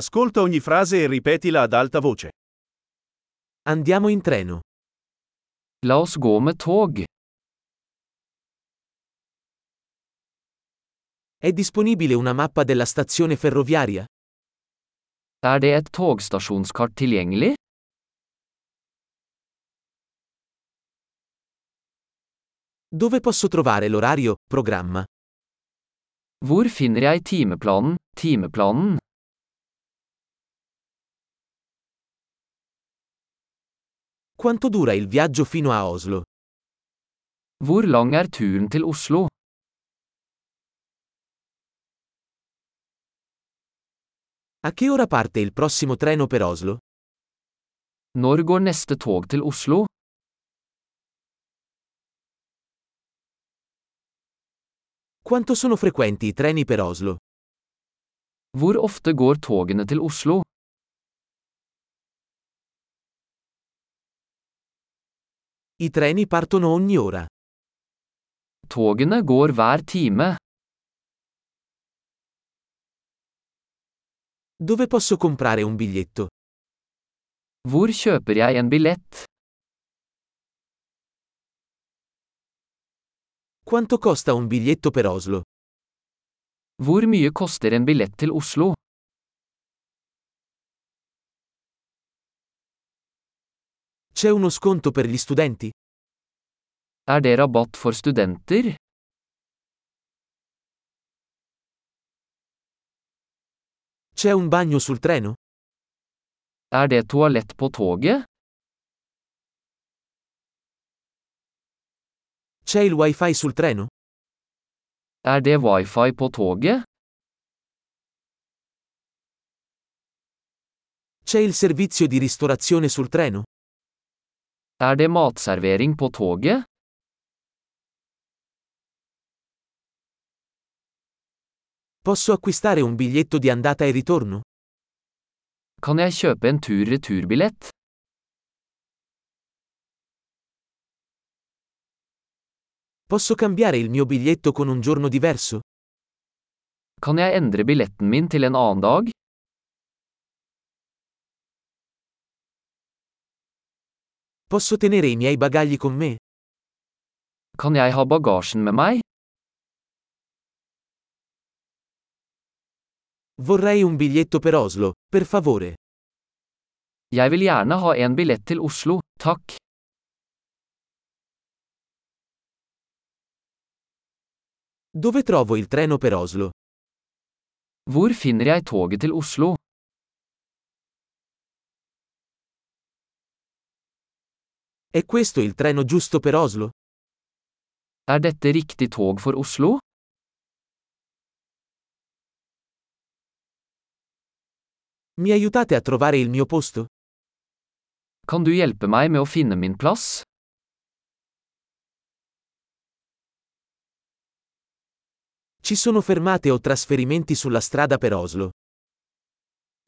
Ascolta ogni frase e ripetila ad alta voce. Andiamo in treno. La oss gå med tog. È disponibile una mappa della stazione ferroviaria? Er det et togstasjonskart tilgjengelig? Dove posso trovare l'orario, programma? Hvor finner jeg timeplanen, timeplanen? Quanto dura il viaggio fino a Oslo? Hvor lang er turen til Oslo? A che ora parte il prossimo treno per Oslo? Når går neste tog til Oslo? Quanto sono frequenti i treni per Oslo? Hvor ofte går togene til Oslo? I treni partono ogni ora. Togene går hver time. Dove posso comprare un biglietto? Hvor kjøper jeg en billett? Quanto costa un biglietto per Oslo? Hvor mye koster en billett til Oslo? C'è uno sconto per gli studenti? Er det rabatt for studenter? C'è un bagno sul treno? Er det toalett på toget? C'è il wifi sul treno? Er det wifi på toget? C'è il servizio di ristorazione sul treno? Er det matservering på toget? Posso acquistare un biglietto di andata e ritorno? Kan jeg kjøpe en tur-returbillett? Posso cambiare il mio biglietto con un giorno diverso? Kan jeg endre billetten min til en annen dag? Posso tenere i miei bagagli con me? Kan jeg ha bagasjen med meg? Vorrei un biglietto per Oslo, per favore. Jeg vil gjerne ha en billett til Oslo, takk. Dove trovo il treno per Oslo? Hvor finner jeg toget til Oslo? È questo il treno giusto per Oslo? Er dette riktig tog for Oslo? Mi aiutate a trovare il mio posto? Kan du hjelpe meg med å finne min plass? Ci sono fermate o trasferimenti sulla strada per Oslo?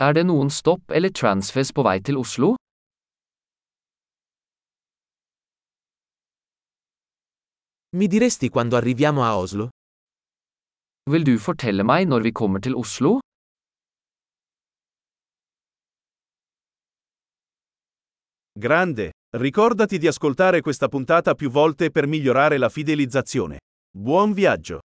Er det noen stopp eller transfers på vei til Oslo? Mi diresti quando arriviamo a Oslo? Vil du fortelle meg når vi kommer til Oslo? Grande. Ricordati di ascoltare questa puntata più volte per migliorare la fidelizzazione. Buon viaggio!